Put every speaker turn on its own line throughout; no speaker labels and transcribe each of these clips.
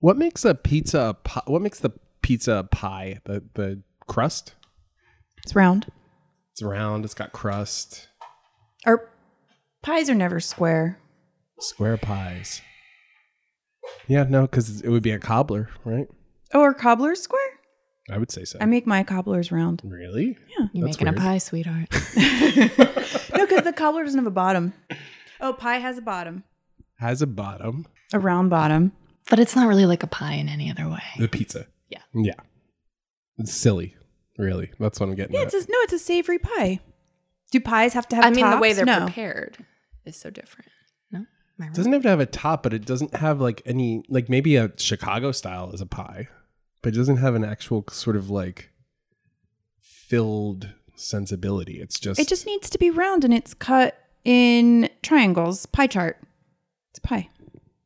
What makes a pizza a pi- what makes the pizza a pie? The the crust?
It's round.
It's round, it's got crust.
Our pies are never square.
Square pies. Yeah, no, because it would be a cobbler, right?
Oh, are cobblers square?
I would say so.
I make my cobblers round.
really?
You're
That's
making
weird.
a pie, sweetheart.
No, because the cobbler doesn't have a bottom. Oh, pie has a bottom,
Has a bottom.
a round bottom.
but it's not really like a pie in any other way.
The pizza.
Yeah.
Yeah. It's silly, really. That's what I'm getting
Yeah,
at.
it's a, no, it's a savory pie. Do pies have to have?
I mean, the way
tops?
they're
no.
prepared is so different. No, Am I
It
wrong?
doesn't have to have a top, but it doesn't have like any like maybe a Chicago style is a pie, but it doesn't have an actual sort of like filled sensibility. It's just
It just needs to be round, and it's cut in triangles, pie chart. It's pie.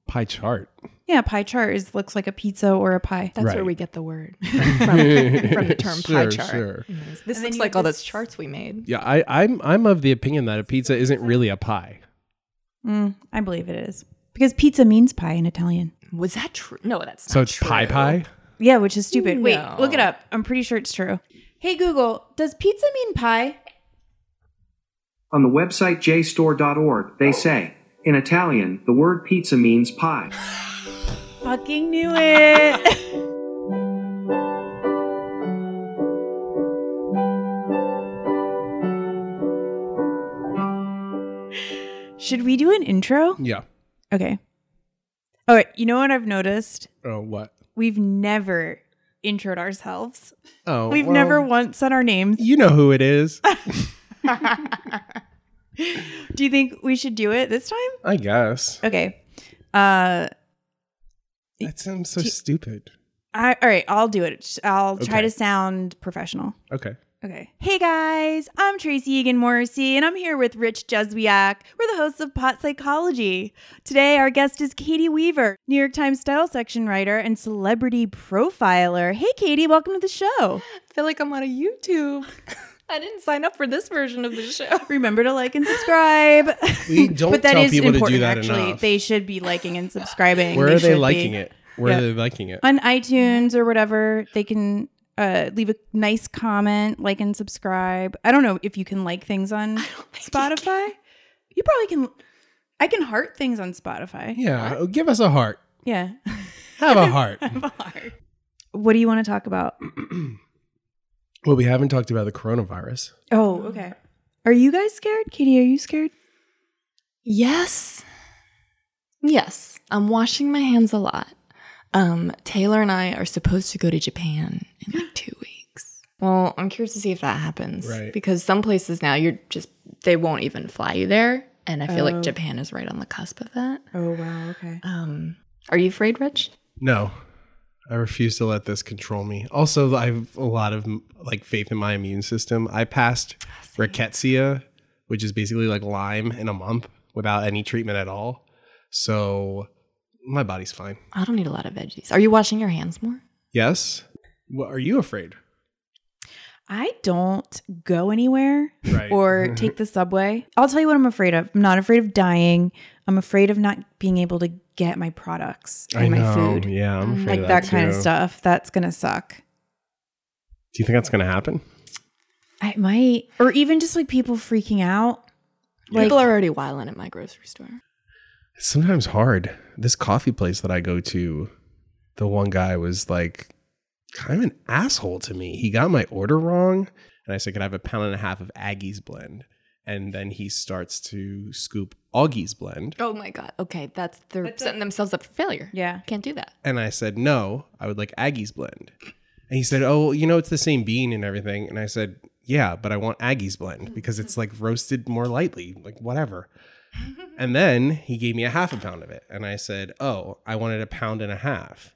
pie chart.
Yeah, pie chart is looks like a pizza or a pie.
That's where
Right.
we get the word from, from the term pie
Sure,
chart.
sure.
Yes. This
And then
looks
you
like
have
all
this-
those charts we made.
Yeah, I, I'm I'm of the opinion that a pizza isn't really a pie.
Mm, I believe it is because pizza means pie in Italian.
Was that true? No, that's
So
not
it's pie
true.
pie.
Yeah, which is stupid. Wait,
No.
look it up. I'm pretty sure it's true. Hey Google, does pizza mean pie?
On the website jstore.org, they say, in Italian, the word pizza means pie.
Fucking knew it. Should we do an intro?
Yeah.
Okay. All right. You know what I've noticed?
Oh what?
We've never introed ourselves.
Oh,
We've
well,
never once said our names.
You know who it is.
Do you think we should do it this time?
I guess
Okay. Uh,
that sounds so stupid.
I, all right, I'll do it. I'll try
Okay.
to sound professional.
Okay.
Okay. Hey guys, I'm Tracy Egan Morrissey, and I'm here with Rich Jesuiak. We're the hosts of Pot Psychology. Today, our guest is Katie Weaver, New York Times style section writer and celebrity profiler. Hey, Katie, welcome to the show.
I feel like I'm on a YouTube. I didn't sign up for this version of the show.
Remember to like and subscribe.
We don't
but that is
tell people to do
important,
that
actually.
enough.
They should be liking and subscribing.
Where are
should
they
be.
liking it? Where
Yeah.
are they liking it?
on iTunes or whatever, they can uh, leave a nice comment, like and subscribe. I don't know if you can like things on Spotify. You, probably can. I can heart things on Spotify.
Yeah, give us a heart.
Yeah.
Have a heart.
What do you want to talk about?
well, we haven't talked about the coronavirus.
Oh, okay. Are you guys scared? Katie, are you scared?
Yes. Yes. I'm washing my hands a lot. Um, Taylor and I are supposed to go to Japan in like two weeks. Well, I'm curious to see if that happens.
Right.
Because some places now you're just, they won't even fly you there. And I feel
Oh.
like Japan is right on the cusp of that.
Oh, wow. Okay.
Um, are you afraid, Rich?
No, I refuse to let this control me. Also, I have a lot of like faith in my immune system. I passed
Ah,
rickettsia, which is basically like Lyme, in a month without any treatment at all. So my body's fine.
I don't need a lot of veggies. Are you washing your hands more?
Yes. What are you afraid?
I don't go anywhere
Right.
or take the subway. I'll tell you what I'm afraid of. I'm not afraid of dying. I'm afraid of not being able to get my products and
I
my
know.
food. Mm,
Yeah, I'm afraid
like
of
that, kind of
too.
stuff. That's gonna suck.
Do you think that's gonna happen?
I might, or even just like people freaking out.
People are already wiling at my grocery store.
It's sometimes hard. This coffee place that I go to, the one guy was like kind of an asshole to me. He got my order wrong. And I said, Can I have a pound and a half of Aggie's blend? And then he starts to scoop Augie's blend.
Oh my God. Okay. That's, they're setting themselves up for failure.
Yeah.
Can't do that.
And I said, No, I would like Aggie's blend. And he said, Oh, you know, it's the same bean and everything. And I said, Yeah, but I want Aggie's blend because it's like roasted more lightly, like whatever. And then he gave me a half a pound of it. And I said, Oh, I wanted a pound and a half.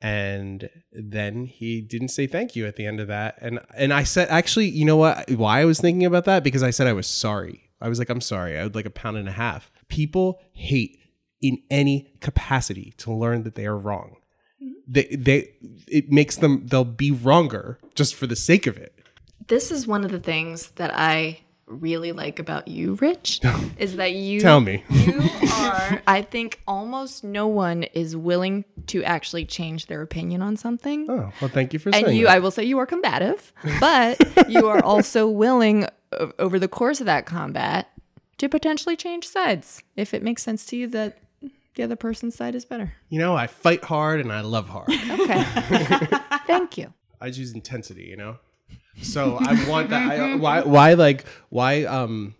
And then he didn't say thank you at the end of that. And and I said, actually, you know what? Why I was thinking about that? Because I said I was sorry. I was like, I'm sorry. I would like a pound and a half. People hate in any capacity to learn that they are wrong.
Mm-hmm.
They they it makes them they'll be wronger just for the sake of it.
This is one of the things that I really like about you, Rich, is that you
Tell me.
you are I think almost no one is willing to actually change their opinion on something.
Oh, well, thank you for
and
saying
you
that.
I will say you are combative, but you are also willing o- over the course of that combat to potentially change sides if it makes sense to you that the other person's side is better.
you know, I fight hard and I love hard.
Okay. Thank you.
I choose intensity, you know? So I want that. I, why, why, like, why, um,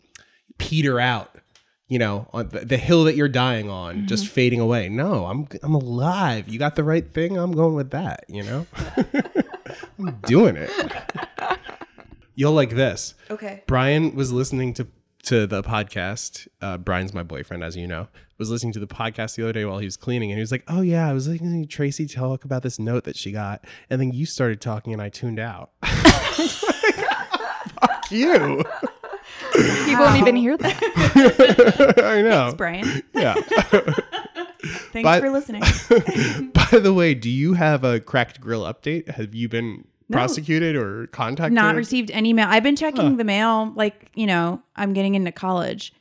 peter out, you know, on the, the hill that you're dying on, just fading away? No, I'm, I'm alive. You got the right thing. I'm going with that, you know? I'm doing it. You'll like this.
Okay.
Brian was listening to to the podcast. Uh, Brian's my boyfriend, as you know. Was listening to the podcast the other day while he was cleaning, and he was like, "Oh yeah, I was listening to Tracy talk about this note that she got, and then you started talking, and I tuned out." Fuck you!
People won't even hear that.
I know.
Brian,
yeah.
thanks
But-
for listening.
By the way, do you have a cracked grill update? Have you been
No.
prosecuted or contacted?
Not received any mail. I've been checking the mail, like, you know, I'm getting into college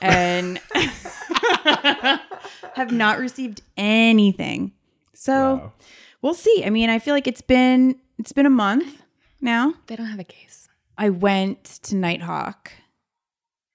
and have not received anything. So
Wow.
we'll see. I mean, I feel like it's been it's been a month now.
They don't have a case.
I went to Nighthawk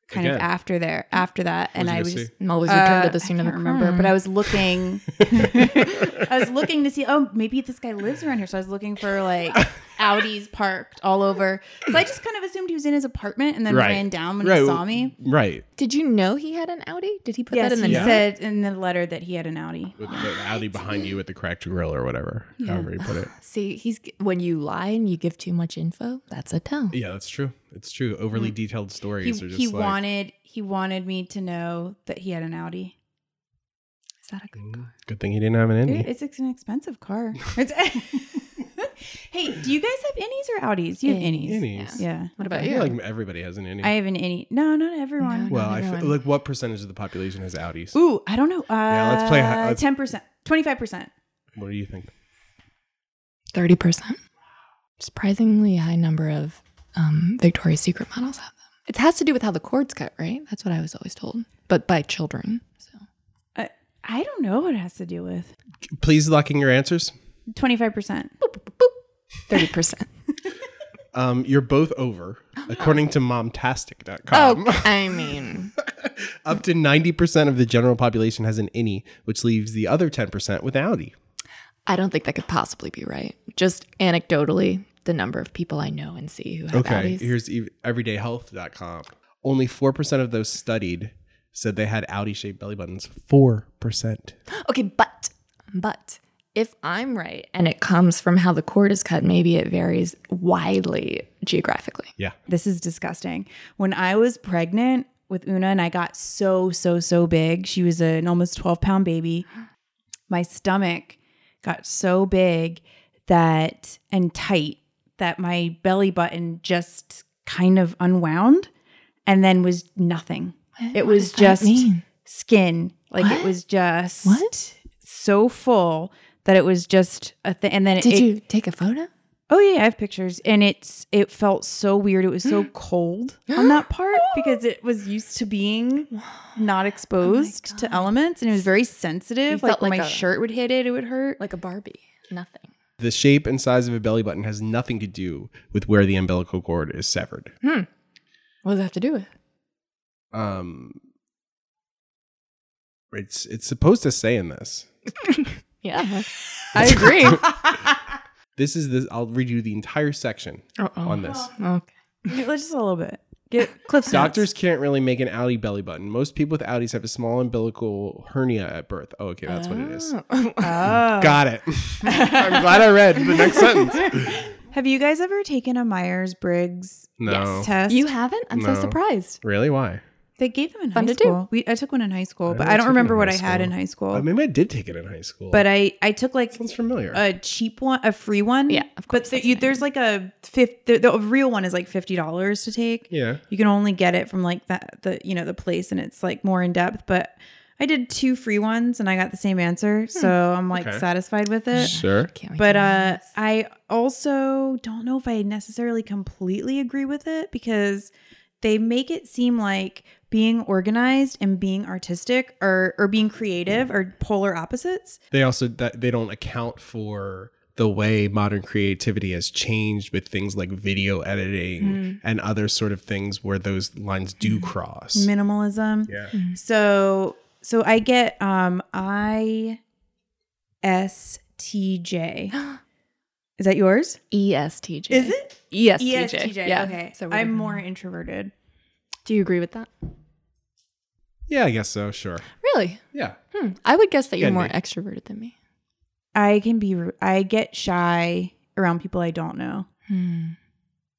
kind of
Again.
after there after that and
What'd you
I
go
was
see?
Always return to
uh,
the scene
I
of the
can't remember, but I was looking. I was looking to see. Oh, maybe this guy lives around here, so I was looking for like Audis parked all over. So I just kind of assumed he was in his apartment, and then
Right.
ran down when
Right.
he saw me.
Right.
Did you know he had an Audi? Did he put
Yes,
that in the
he
note?
said in the letter that he had an Audi.
With the Audi behind you with the cracked grill or whatever, however you put it.
See, he's when you lie and you give too much info, that's a tell.
Yeah, that's true. It's true. Overly detailed
Mm. He,
stories are just
he
like
wanted he wanted me to know that he had an Audi.
Is that a good car?
Good thing he didn't have an
Dude,
Indy.
it's ex- an expensive car. It's- hey, do you guys have innies or Audis? You have innies.
Innies.
Yeah.
What
I
about
feel
you?
like everybody has an innie.
I have an innie. No, not everyone.
well, I
everyone.
feel, like what percentage of the population has Audis?
Ooh, I don't know. Uh,
let's play hi- let's-
Ten percent, twenty five percent.
What do you think?
Thirty percent. Surprisingly high number of um, Victoria's Secret models have them. It has to do with how the cords cut, right? That's what I was always told, but by children. So
I, Uh, I don't know what it has to do with
Please lock in your answers.
twenty five percent.
thirty percent.
Um, you're both over, according to
Oh,
momtastic.com.
Oh.
I mean,
Up to 90% of the general population has an innie, which leaves the other 10% with Audi.
I don't think that could possibly be right. Just anecdotally, the number of people I know and see who have
Okay,
Audis.
here's ev- everydayhealth.com. Only 4% of those studied said they had Audi shaped belly buttons. 4%.
Okay, but but if I'm right and it comes from how the cord is cut, maybe it varies widely geographically.
Yeah.
This is disgusting. When I was pregnant with Una and I got so so so big, she was an almost twelve pound baby. My stomach got so big that and tight that my belly button just kind of unwound and then was nothing. It
What
was
does that
just
mean?
skin. Like
What?
it was just
What?
so full that it was just a thing. And then
Did
it,
you take a photo?
Oh yeah, I have pictures, and it's it felt so weird. It was so cold on that part because it was used to being not exposed to elements, and it was very sensitive.
Oh
Like
You felt
when
like
my
a-
shirt would hit it, it would hurt.
Like a Barbie. Nothing.
The shape and size of a belly button has nothing to do with where the umbilical cord is severed.
What does that have to do with?
Um, it's it's supposed to say in this.
Yeah. I agree.
This is the. I'll read you the entire section
Oh,
on this.
Okay.
just a little bit. Get Cliff's
Doctors can't really make an Audi belly button. Most people with Audis have a small umbilical hernia at birth. Oh, okay, that's what it is.
Oh.
Got it. I'm glad I read the next sentence.
Have you guys ever taken a Myers Briggs
No.
test?
You haven't? I'm
No.
so surprised.
Really? Why?
they gave them in
Fun
high
to do.
school. We, I took one in high school, but
never
I don't
took
remember
one
what
in
I
high
had
school.
in high school.
Oh, maybe I did take it in high school.
but uh, I I took like
sounds familiar.
a cheap one, a free one.
Yeah, of course,
But the,
that's
you,
fine.
there's like a fifth. The, the real one is like fifty dollars to take.
yeah.
You can only get it from like that the you know the place, and it's like more in depth. But I did two free ones, and I got the same answer,
Hmm.
so I'm like
Okay.
satisfied with it.
Sure.
Can't wait
But
to learn
uh,
this.
I also don't know if I necessarily completely agree with it because they make it seem like being organized and being artistic or or being creative are polar opposites.
They also that they don't account for the way modern creativity has changed with things like video editing
Hmm.
and other sort of things where those lines do cross.
Minimalism.
Yeah.
So so I get um I S T J. Is that yours?
E ESTJ.
Is it? E
ESTJ.
ESTJ.
Yeah.
Okay.
So we're-
I'm more introverted.
Do you agree with that?
Yeah, I guess so, sure.
Really?
Yeah.
Hmm. I would guess that you're
Yeah,
more
me.
extroverted than me.
I can be ru- I get shy around people I don't know.
Hmm.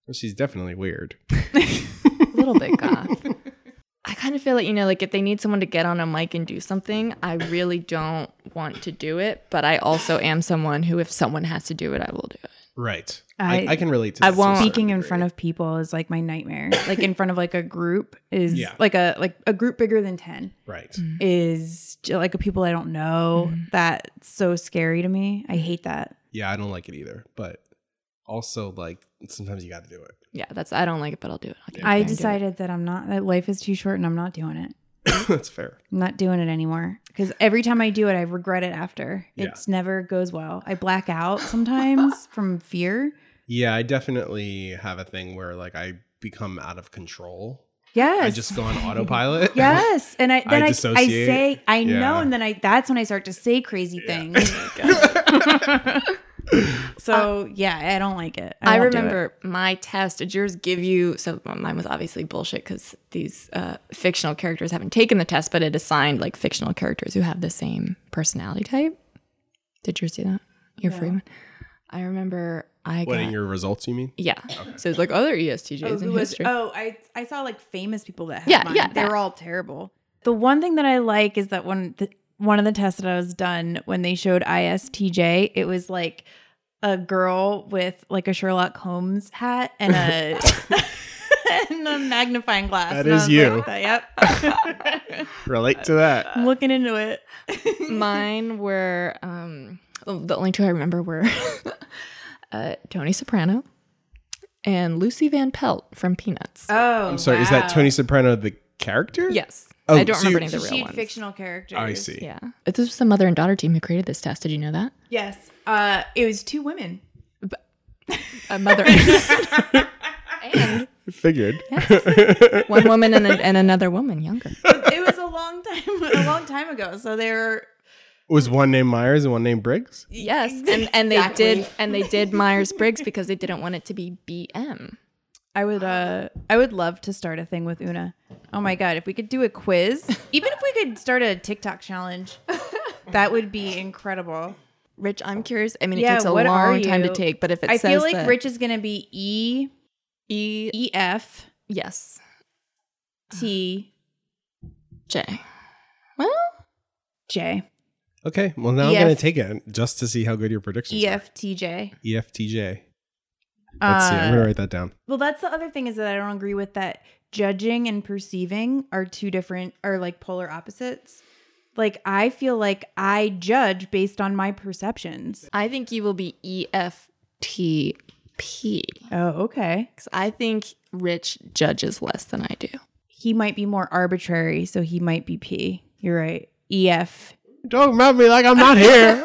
Well, she's definitely weird.
A little bit goth. I kind of feel like, you know, like if they need someone to get on a mic and do something, I really don't want to do it. But I also am someone who, if someone has to do it, I will do it.
Right.
I-
I, I can relate to
I
this to a
won't-
certain
speaking in
degree.
front of people is like my nightmare like in front of like a group is
Yeah.
like a like a group bigger than 10
Right.
Hmm. Mm-hmm. is j- like a people i don't know that's so scary to me i hate that
Yeah, I don't like it either. But also like sometimes you gotta do it.
Yeah, that's, I don't like it, but I'll do it. I'll get out
i
there and do it.
decided that i'm not that life is too short and i'm not doing it
That's fair.
i'm not doing it anymore because every time i do it i regret it after
Yeah.
it's never goes well i black out sometimes from fear
Yeah, I definitely have a thing where like I become out of control.
yes
I just go on autopilot.
Yes, and I then I, I,
dissociate.
say I
Yeah.
know, and then I that's when I start to say crazy things. so yeah, I don't like it.
I,
won't do it.
remember my test. Did yours give you? So well, mine was obviously bullshit because these uh, fictional characters haven't taken the test, but it assigned like fictional characters who have the same personality type. Did yours do that? Your free one. I remember I
What
got
in your results you mean?
yeah. So it's like other E ESTJs
Oh,
in
who was-
history.
oh, I I saw like famous people that had
Yeah,
mine.
yeah,
they
that.
were all terrible. The one thing that I like is that when the, one of the tests that I was done when they showed ISTJ, it was like a girl with like a Sherlock Holmes hat and a and a magnifying glass.
That
And I
is
was
you.
like, yep.
Uh,
Relate to that.
I'm looking into it.
Mine were um, the only two I remember were uh, Tony Soprano and Lucy Van Pelt from Peanuts.
Oh,
I'm sorry, is that Tony Soprano the character?
yes,
Oh,
I don't
so you-
remember any of the real ones.
fictional characters.
I see.
Yeah. This was the mother and daughter team who created this test. Did you know that?
Yes, uh, it was two women.
A mother and
Figured.
one woman and, an- and another woman younger.
it was a long time, a long time ago. So they're
Was one named Myers and one named Briggs?
Yes. And and they did and they did Myers Briggs because they didn't want it to be BM.
I would uh I would love to start a thing with Una. Oh my god, if we could do a quiz, even if we could start a TikTok challenge, that would be incredible.
Rich, I'm curious. I mean, it
Yeah,
takes a
what are
long time to
you?
take, but if it
I
says
feel like
that-
Rich is gonna be E
E
E F
yes
T
J. Well,
J
Okay, well now I'm
EF.
gonna take it just to see how good your predictions E
E F T J.
are. EFTJ. Let's see.
Uh,
I'm gonna write that down.
Well, that's the other thing is that I don't agree with that judging and perceiving are two different are like polar opposites. Like I feel like I judge based on my perceptions.
I think you will be E F T P
Oh, okay.
because I think Rich judges less than I do.
He might be more arbitrary, so he might be P. You're right. E, EF.
Don't rub me like I'm not here.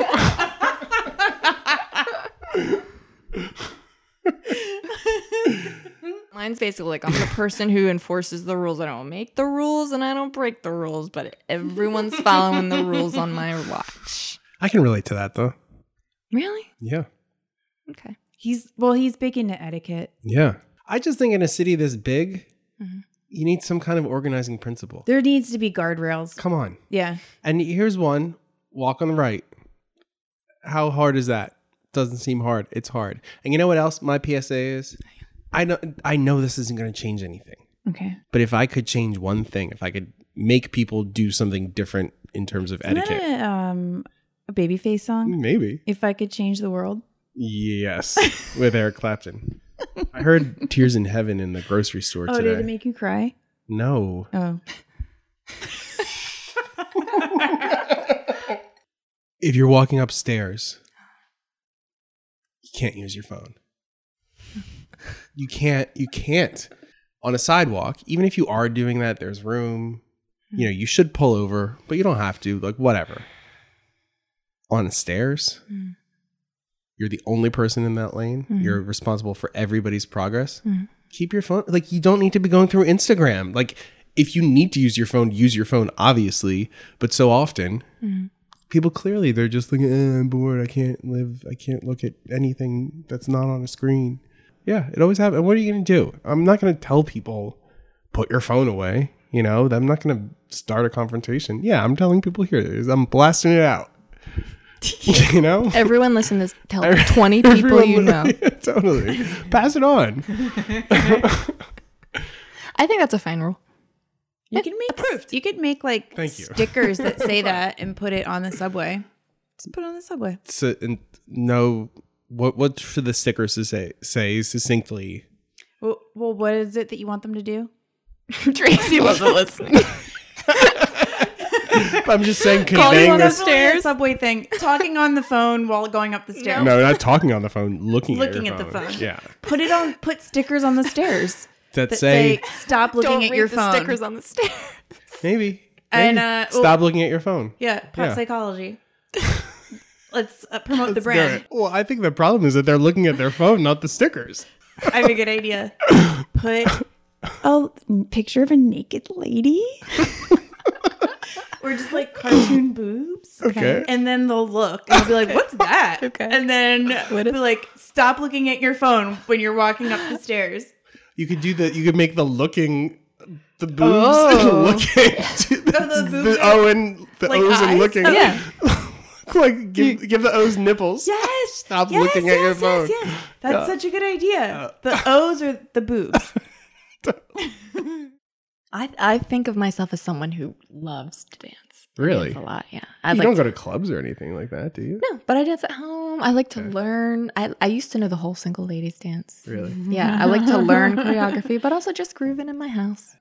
Mine's basically like I'm the person who enforces the rules. I don't make the rules and I don't break the rules, but everyone's following the rules on my watch.
I can relate to that though.
Really?
Yeah.
Okay.
He's well, he's big into etiquette.
Yeah. I just think in a city this big,
Mhm.
you need some kind of organizing principle.
There needs to be guardrails.
Come on.
Yeah.
And here's one walk on the right. How hard is that? Doesn't seem hard. It's hard. And you know what else my PSA is? I know I know this isn't going to change anything.
Okay.
But if I could change one thing, if I could make people do something different in terms of
Isn't that
etiquette.
a, um, a babyface song.
Maybe.
If I could change the world.
Yes, with Eric Clapton. I heard Tears in Heaven in the grocery store
Oh,
today.
did it make you cry?
no.
Oh.
If you're walking upstairs, you can't use your phone. You can't. You can't. on a sidewalk, even if you are doing that, there's room. You know, you should pull over, but you don't have to, like whatever. On the stairs,
Mm.
you're the only person in that lane.
Mhm.
You're responsible for everybody's progress.
Mhm.
Keep your phone like you don't need to be going through Instagram. Like if you need to use your phone, use your phone obviously, but so often
Mhm.
people clearly they're just like eh, I'm bored. I can't live. I can't look at anything that's not on a screen. Yeah, it always happens. What are you going to do? I'm not going to tell people put your phone away. You know, I'm not going to start a confrontation. Yeah, I'm telling people here. it is. I'm blasting it out. you know,
Everyone listen to this. Tell 20 people
Everyone
you know.
literally- totally. Pass it on.
I think that's a fine rule.
You can make You could make like
Thank you.
stickers that say that and put it on the subway. Just put it on the subway.
So, and no, what what should the stickers to say say succinctly?
Well, well, what is it that you want them to do?
Tracy wasn't listening.
I'm just saying
you
conveying
on
this.
the-
Definitely a
stairs?
subway thing. Talking on the phone while going up the stairs.
No, not talking on the phone. Looking,
Looking
at,
at
your
the
phone.
phone.
Yeah,
Put it on. Put stickers on the stairs
that,
that
say,
say, "Stop looking
Don't
at
read
your
the
phone."
stickers on the stairs.
maybe. maybe.
And, uh,
stop looking at your phone.
yeah, pop
Yeah.
psychology. Let's uh, promote the brand.
Well, I think the problem is that they're looking at their phone, not the stickers.
I have a good idea. Put a picture of a naked lady. or just like cartoon boobs.
Okay.
And then they'll look and they'll be like, what's that?
Okay.
And then
What
be like, stop looking at your phone when you're walking up the stairs.
You could do the. You could make the looking, the boobs
Oh.
looking. to the,
the boobs
the
are-
O and the
like
O's
eyes?
and looking.
Oh,
yeah.
like give, give the O's nipples.
Yes.
Stop looking at your phone.
That's such a good idea. The O's are the boobs.
I, I think of myself as someone who loves to dance.
Really?
Dance a
You
lot, yeah. I
don't
like
go to clubs or anything like that, do you?
No, but I dance at home. I like to learn. I, I used to know the whole single ladies dance.
Really?
Yeah, I like to learn choreography, but also just grooving in my house.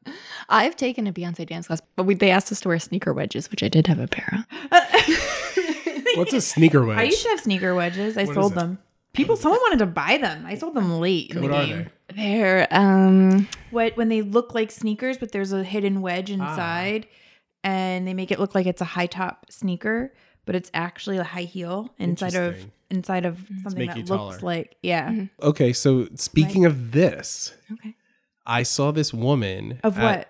I've taken a Beyonce dance class, but we, they asked us to wear sneaker wedges, which I did have a pair of.
What's a sneaker
I used
wedge?
to have sneaker wedges. I
What is
sold
it?
them. People, someone wanted to buy them. I sold them late in
What
the
are
game.
they?
They're um,
what when they look like sneakers, but there's a hidden wedge inside, and they make it look like it's a high top sneaker, but it's actually a high heel inside of
Interesting.
inside of something
make
that
you taller.
looks like yeah
Mhm.
Okay, so speaking of this,
okay.
I saw this woman
of
at-
what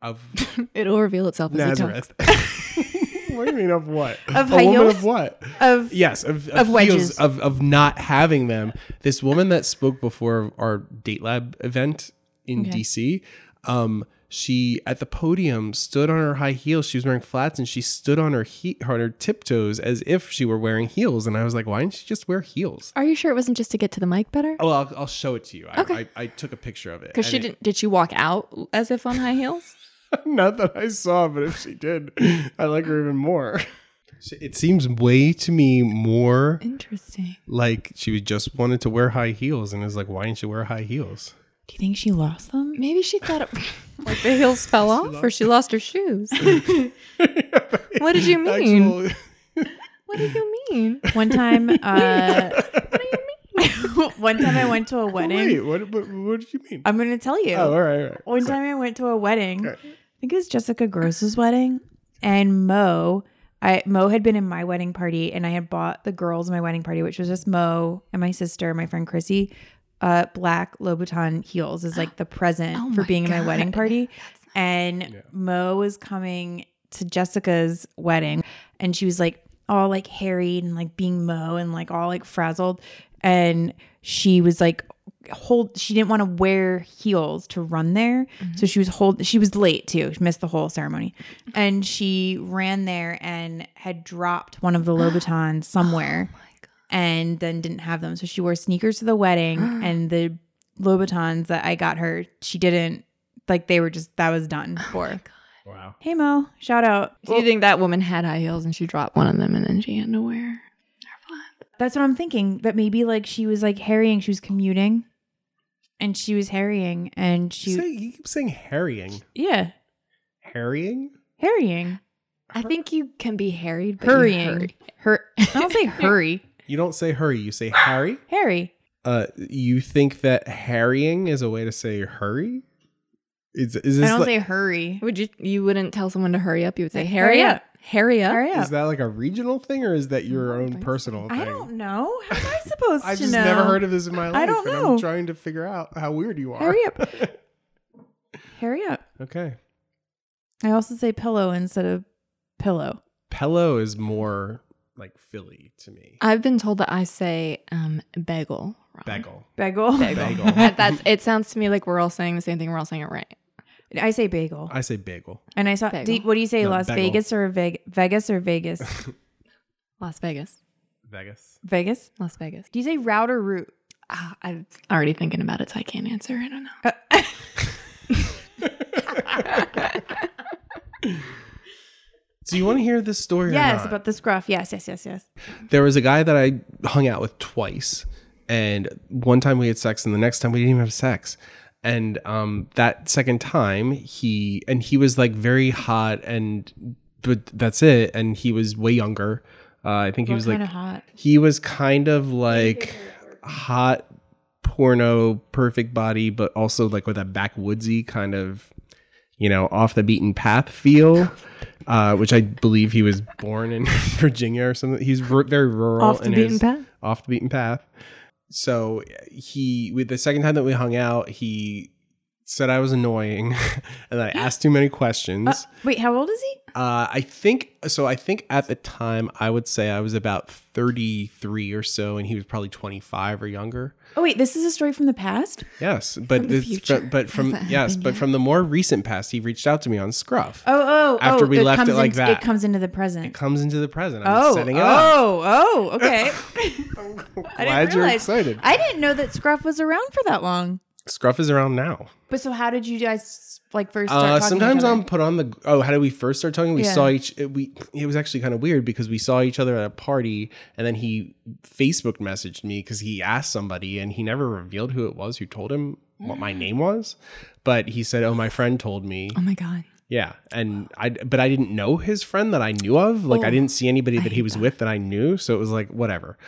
of
It'll reveal itself as Nazareth.
Nazareth. what do you mean of what?
Of
a
high
woman
heels?
of what?
of
Yes, of, of,
Of wedges.
heels, of of not having them. This woman that spoke before our date lab event in
Okay.
DC, um, she at the podium stood on her high heels. She was wearing flats, and she stood on her he- on her tiptoes as if she were wearing heels. And I was like, why didn't she just wear heels?
Are you sure it wasn't just to get to the mic better?
Oh, well, I'll, I'll show it to you. I,
Okay.
I, I took a picture of it
Because she
and it-
didn't. Did she walk out as if on high heels?
Not that I saw, but if she did, I like her even more. It seems way to me more
Interesting.
like she was just wanted to wear high heels and is like, why didn't you wear high heels?
do you think she lost them
Maybe she thought it, like the heels fell off, or she lost her shoes. what did you mean?
Actual-
What do you mean?
one time uh one time i went to a wedding
Wait, what, what, what did you mean?
i'm gonna tell you
oh, all right, all right.
One time I went to a wedding.
Okay.
I think it was Jessica Gross's wedding, and Mo. I Mo had been in my wedding party, and I had bought the girls in my wedding party, which was just Mo and my sister, my friend Chrissy, uh, black Louboutin heels is like the present
Oh
for
my
being in my
God.
wedding party. And Mo was coming to Jessica's wedding, and she was like all like harried and like being Mo and like all like frazzled, and she was like hold she didn't want to wear heels to run there
Mm-hmm.
so she was hold she was late too she missed the whole ceremony and she ran there and had dropped one of the Louboutins somewhere and then didn't have them so she wore sneakers to the wedding and the Louboutins that I got her she didn't like they were just that was done for
Wow.
hey Mo shout out
Do you think that woman had high heels and she dropped one of them and then she had nowhere?
That's what I'm thinking. That maybe like she was like harrying, she was commuting, and she was harrying, and she
You, say, you keep saying harrying.
yeah
Harrying?
harrying,
I think you can be harried, but
hurrying,
You hurry.
her. I don't say hurry,
You don't say hurry, you say harry.
Harry.
Uh, you think that harrying is a way to say hurry? Is, is
I
this
don't
like,
say hurry.
Would you? You wouldn't tell someone to hurry up. You would say,
Hurry
"Hurry,
up.
up. hurry up."
Hurry up.
is that like a regional thing or is that your
I don't
own
think so.
personal thing?
I don't know. How am I supposed
I've
to
just
know?
never heard of this in my life.
I don't
and
know.
I'm trying to figure out how weird you are.
Hurry up. Hurry up.
okay.
I also say pillow instead of pillow.
Pello is more like Philly to me.
I've been told that I say um, bagel. wrong.
Bagel.
Bagel.
Bagel.
That- That's. It sounds to me like we're all saying the same thing. We're all saying it right.
I say bagel.
I say bagel.
and I saw.
Bagel.
Do, what do you say,
No,
Las
bagel.
Vegas or Veg- Vegas or Vegas?
Las Vegas.
Vegas.
Vegas.
Las Vegas.
Do you say route or root?
Ah, I'm already thinking about it, so I can't answer. I don't know.
Uh,
So you want to hear this story? or
yes,
not?
about the scruff. Yes, yes, yes, yes.
there was a guy that I hung out with twice, and one time we had sex, and the next time we didn't even have sex. And um, that second time, he and he was like very hot, and but that's it. And he was way younger. Uh, I think he was like
kind of hot.
he was kind of like hot porno perfect body but also like with a backwoodsy kind of you know off the beaten path feel uh, which i believe he was born in virginia or something he's r- very rural
Off the
in
beaten
his-
path?
off the beaten path so he with the second time that we hung out he said i was annoying and that i asked too many questions
Uh, wait, how old is he?
uh, I think so. I think at the time I would say I was about 33 or so, and he was probably 25 or younger.
Oh wait, this is a story from the past.
Yes, but
From the
it's-
future?
but, but from
Hasn't
yes,
happened
but
yet.
from the more recent past, he reached out to me on Scruff.
Oh, oh,
After
oh,
we left
comes
it like
in-
that.
it comes into the present.
It comes into the present. I'm
oh,
setting it up.
oh, oh, okay. I
Glad
didn't
you're
realize.
excited.
I didn't know that Scruff was around for that long.
Scruff is around now.
But so, how did you guys like first start
Uh,
talking?
sometimes
to each
I'm
other?
put on the. Oh, how did we first start talking? We
Yeah.
saw each. It, we it was actually kind of weird because we saw each other at a party, and then he Facebook messaged me because he asked somebody, and he never revealed who it was who told him what my name was, but he said, "Oh, my friend told me."
Oh my god.
Yeah, and I but I didn't know his friend that I knew of. Like I didn't see anybody that he was with that I knew, so it was like whatever.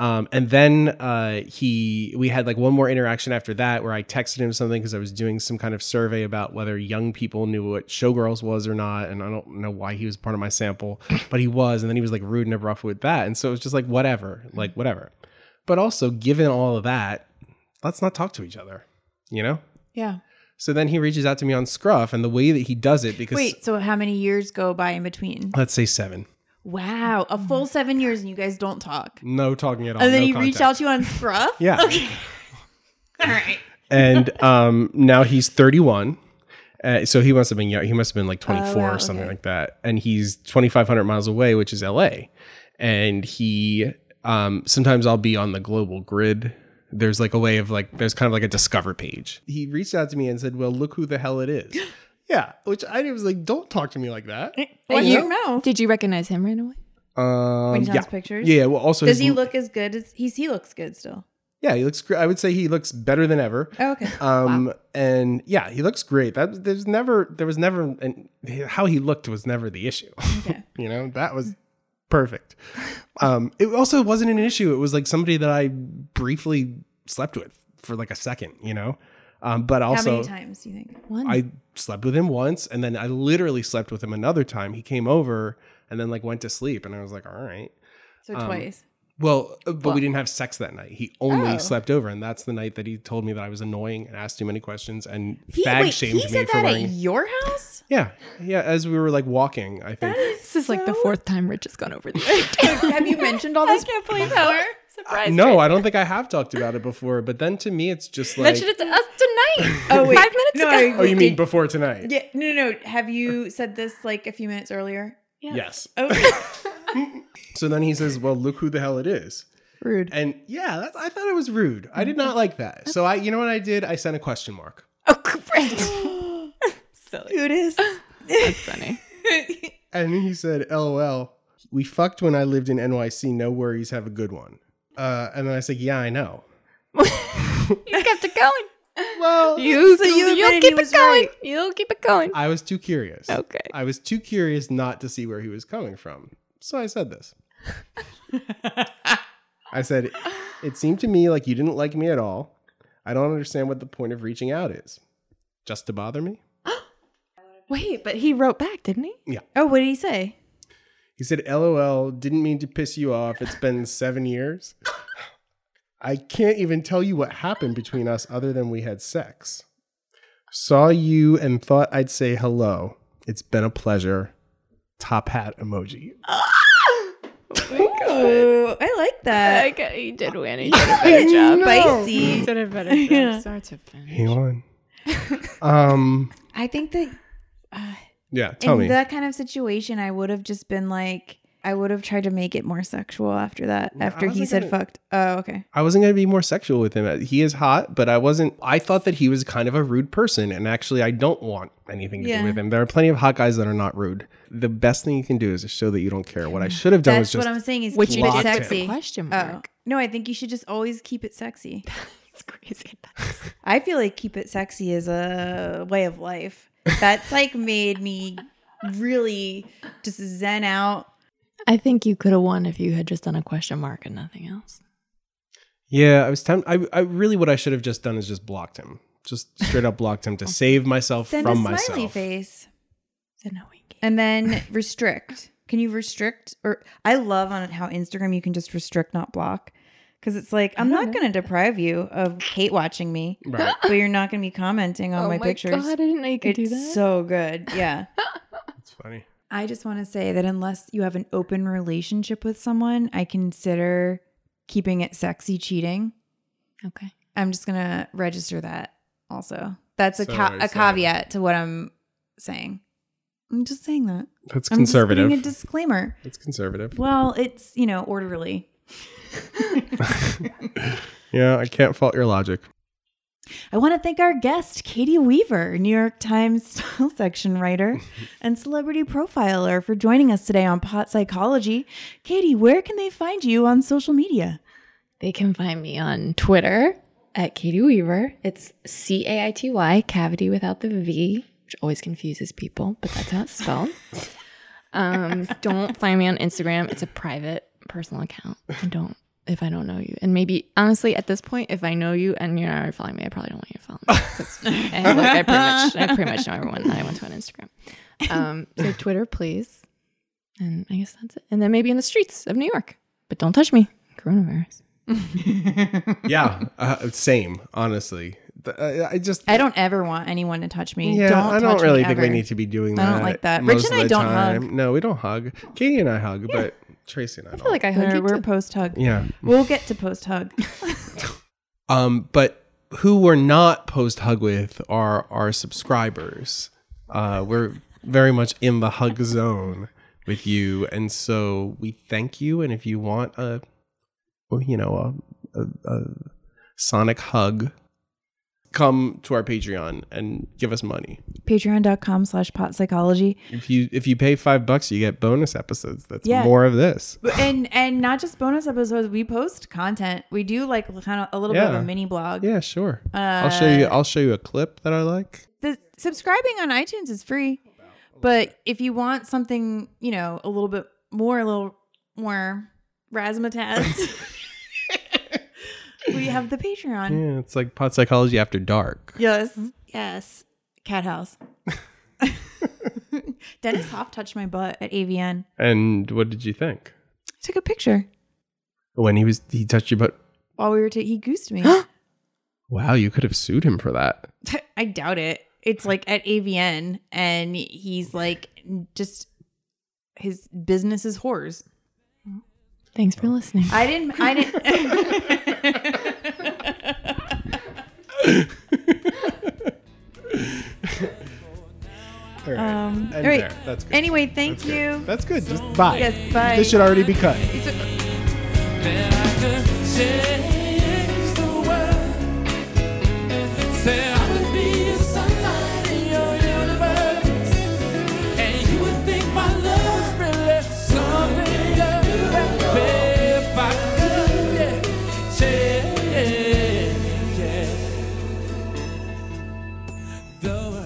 Um, and then uh, he we had like one more interaction after that where I texted him something because I was doing some kind of survey about whether young people knew what Showgirls was or not, and I don't know why he was part of my sample, but he was, and then he was like rude and abrupt with that, and so it was just like whatever, like whatever. But also, given all of that, let's not talk to each other, you know.
yeah.
So then he reaches out to me on Scruff, and the way that he does it, because
Wait, so how many years go by in between?
let's say seven.
Wow, a full seven years, and you guys don't talk.
No talking at all.
And Oh, then
mm. no
he reached out
contact.
to you on Scruff.
Yeah.
Okay. All right.
and um, now he's 31. Uh, so he must have been young. He must have been like 24
Oh, wow,
or something
okay.
like that. And he's 2,500 miles away, which is LA. And he, um, sometimes I'll be on the global grid. There's like a way of like, there's kind of like a discover page. He reached out to me and said, Well, look who the hell it is. yeah. Which I was like, Don't talk to me like that.
Well,
you-
Eh, you know.
Did you recognize him right away?
Um,
When he
yeah.
takes pictures?
Yeah. Well, also,
Does
his-
he look as good as he's? He looks good still.
Yeah, he looks. gr- I would say he looks better than ever.
Oh, okay.
Um, and yeah, he looks great. That there's never, there was never, and how he looked was never the issue.
Okay.
you know, that was perfect. Um, it also wasn't an issue. It was like somebody that I briefly slept with for like a second. You know, um, but also
how many times do you think?
One.
I slept with him once, and then I literally slept with him another time. He came over and then like went to sleep, and I was like, all right.
So
um,
twice.
Well, uh, but we didn't have sex that night. He only
Oh.
slept over, and that's the night that he told me that I was annoying and asked too many questions and
He,
fag
wait,
shamed
he
me
said
for
that
wearing.
at your house.
yeah, yeah. As we were like walking, I think
this is like the
so-
fourth time Rich has gone over this.
Have you mentioned all this? I can't believe that.
Surprise.
no, I don't think I have talked about it before. But then to me, it's just like,
it to us tonight.
Oh wait,
Five minutes
no,
ago.
oh, you mean
did-
before tonight?
Yeah, no, no. no. Have you said this like a few minutes earlier? Oh,
Yes.
Okay.
So then he says, "Well, look who the hell it is."
Rude.
And yeah, that's, I thought it was rude. I did not like that. So I, you know what I did? I sent a question mark.
Oh, great. Silly.
Judas.
That's funny.
And he said, LOL, we fucked when I lived in NYC. No worries. Have a good one. Uh, and then I said, Yeah, I know.
you kept it going.
Well,
You,
So you admitted he
keep
was
it going.
right.
You'll keep it going.
I was too curious.
Okay.
I was too curious not to see where he was coming from. So I said this. I said, It seemed to me like you didn't like me at all. I don't understand what the point of reaching out is. Just to bother me?
Wait, but he wrote back, didn't he?
Oh, what did he say?
He said, LOL, didn't mean to piss you off. It's been seven years. I can't even tell you what happened between us other than we had sex. Saw you and thought I'd say hello. It's been a pleasure. Top hat emoji.
Uh,
Ooh, Oh, I like that.
Like, he did win. He did a better job.
Spicy.
did a better job.
Yeah.
Start to finish.
He won. um,
I think that
yeah, tell
in
me.
that kind of situation, I would have just been like, I would have tried to make it more sexual after that.
No, I
after he
wasn't
said
gonna-
fucked. Oh, okay.
I wasn't going to be more sexual with him. He is hot, but I wasn't. I thought that he was kind of a rude person, and actually, I don't want anything to
Yeah.
do with him. There are plenty of hot guys that are not rude. The best thing you can do is to show that you don't care. What I should have done
That's
was
what
just
I'm saying is
Which
keep
you
it
did.
sexy.
Question
Oh.
mark.
No, I think you should just always keep it sexy.
Oh. It's crazy. That's-
I feel like keep it sexy is a way of life. That's like made me really just zen out.
I think you could have won if you had just done a question mark and nothing else.
Yeah, I was tempted. I, I really what I should have just done is just blocked him, just straight up blocked him to save myself
Send
from
a smiley
myself.
face.
Then no winky.
And then restrict. Can you restrict? Or I love on how Instagram you can just restrict, not block, because it's like I'm not going to deprive you of hate watching me,
Right.
but you're not going to be commenting on Oh my, pictures.
oh god! I didn't know you could
it's
do that.
so good. Yeah.
That's funny.
I just want to say that unless you have an open relationship with someone, I consider keeping it sexy cheating.
okay.
I'm just gonna register that also. That's a
So
ca-
you're
a
saying-
caveat to what I'm saying. I'm just saying that.
That's
I'm just
conservative.
putting a disclaimer.
That's conservative.
Well, it's you know orderly.
Yeah, I can't fault your logic.
I want to thank our guest, Katie Weaver, New York Times style section writer and celebrity profiler, for joining us today on Pot Psychology. Katie, where can they find you on social media?
They can find me on Twitter at Katie Weaver. It's C A I T Y, cavity without the V, which always confuses people, but that's how it's spelled. um, don't find me on Instagram. It's a private personal account. And don't, if I don't know you. And maybe, honestly, at this point, if I know you and you're not already following me, I probably don't want you to follow me. 'Cause I, like, I, pretty much, I pretty much know everyone that I went to on Instagram. Um, so Twitter, please. And I guess that's it. And then maybe in the streets of New York. But don't touch me. Coronavirus.
Yeah, uh, same. Honestly, Th- I, I just
I don't ever want anyone to touch me.
yeah,
don't
I don't
touch
really
me
think we
ever.
need to be doing
I
that.
don't like that. Rich
most
and
of
I
the
don't
time.
hug.
No, we don't hug. Katie and I hug, but Tracy and I,
I
don't.
feel like I hugged
We're,
you
we're
too.
post hug.
yeah.
We'll get to post hug.
Um, but who we're not post hug with are our subscribers. Uh, we're very much in the hug zone with you, and so we thank you. And if you want a, well, you know, a, a, a sonic hug, come to our Patreon and give us money.
Patreon.com slash pot psychology.
If you if you pay five bucks, you get bonus episodes. That's
Yeah.
more of this.
And and not just bonus episodes, we post content. We do like kind of a little bit of
Yeah.
a mini blog. Uh,
Yeah, sure. I'll show you. I'll show you a clip that I like.
the subscribing on iTunes is free. But if you want something, you know, a little bit more, a little more razzmatazz, we have the Patreon.
Yeah, it's like pot psychology after dark.
Yes. Yes. Cat house. Dennis Hoff touched my butt at AVN.
And what did you think?
Took a picture
When he was he touched your butt.
while we were ta- he goosed me.
Wow, you could have sued him for that.
I doubt it. It's like at AVN and he's like just his business is whores.
Thanks for listening.
I didn't. I didn't.
All right.
um,
And
all right.
there. That's good.
Anyway, thank
That's good.
you.
That's good. Just bye.
Yes, bye.
This should already be cut.
That I could change the world. Say I would be the sunlight in your universe, and you would think my love really something good. If I could, yeah, change, yeah. Though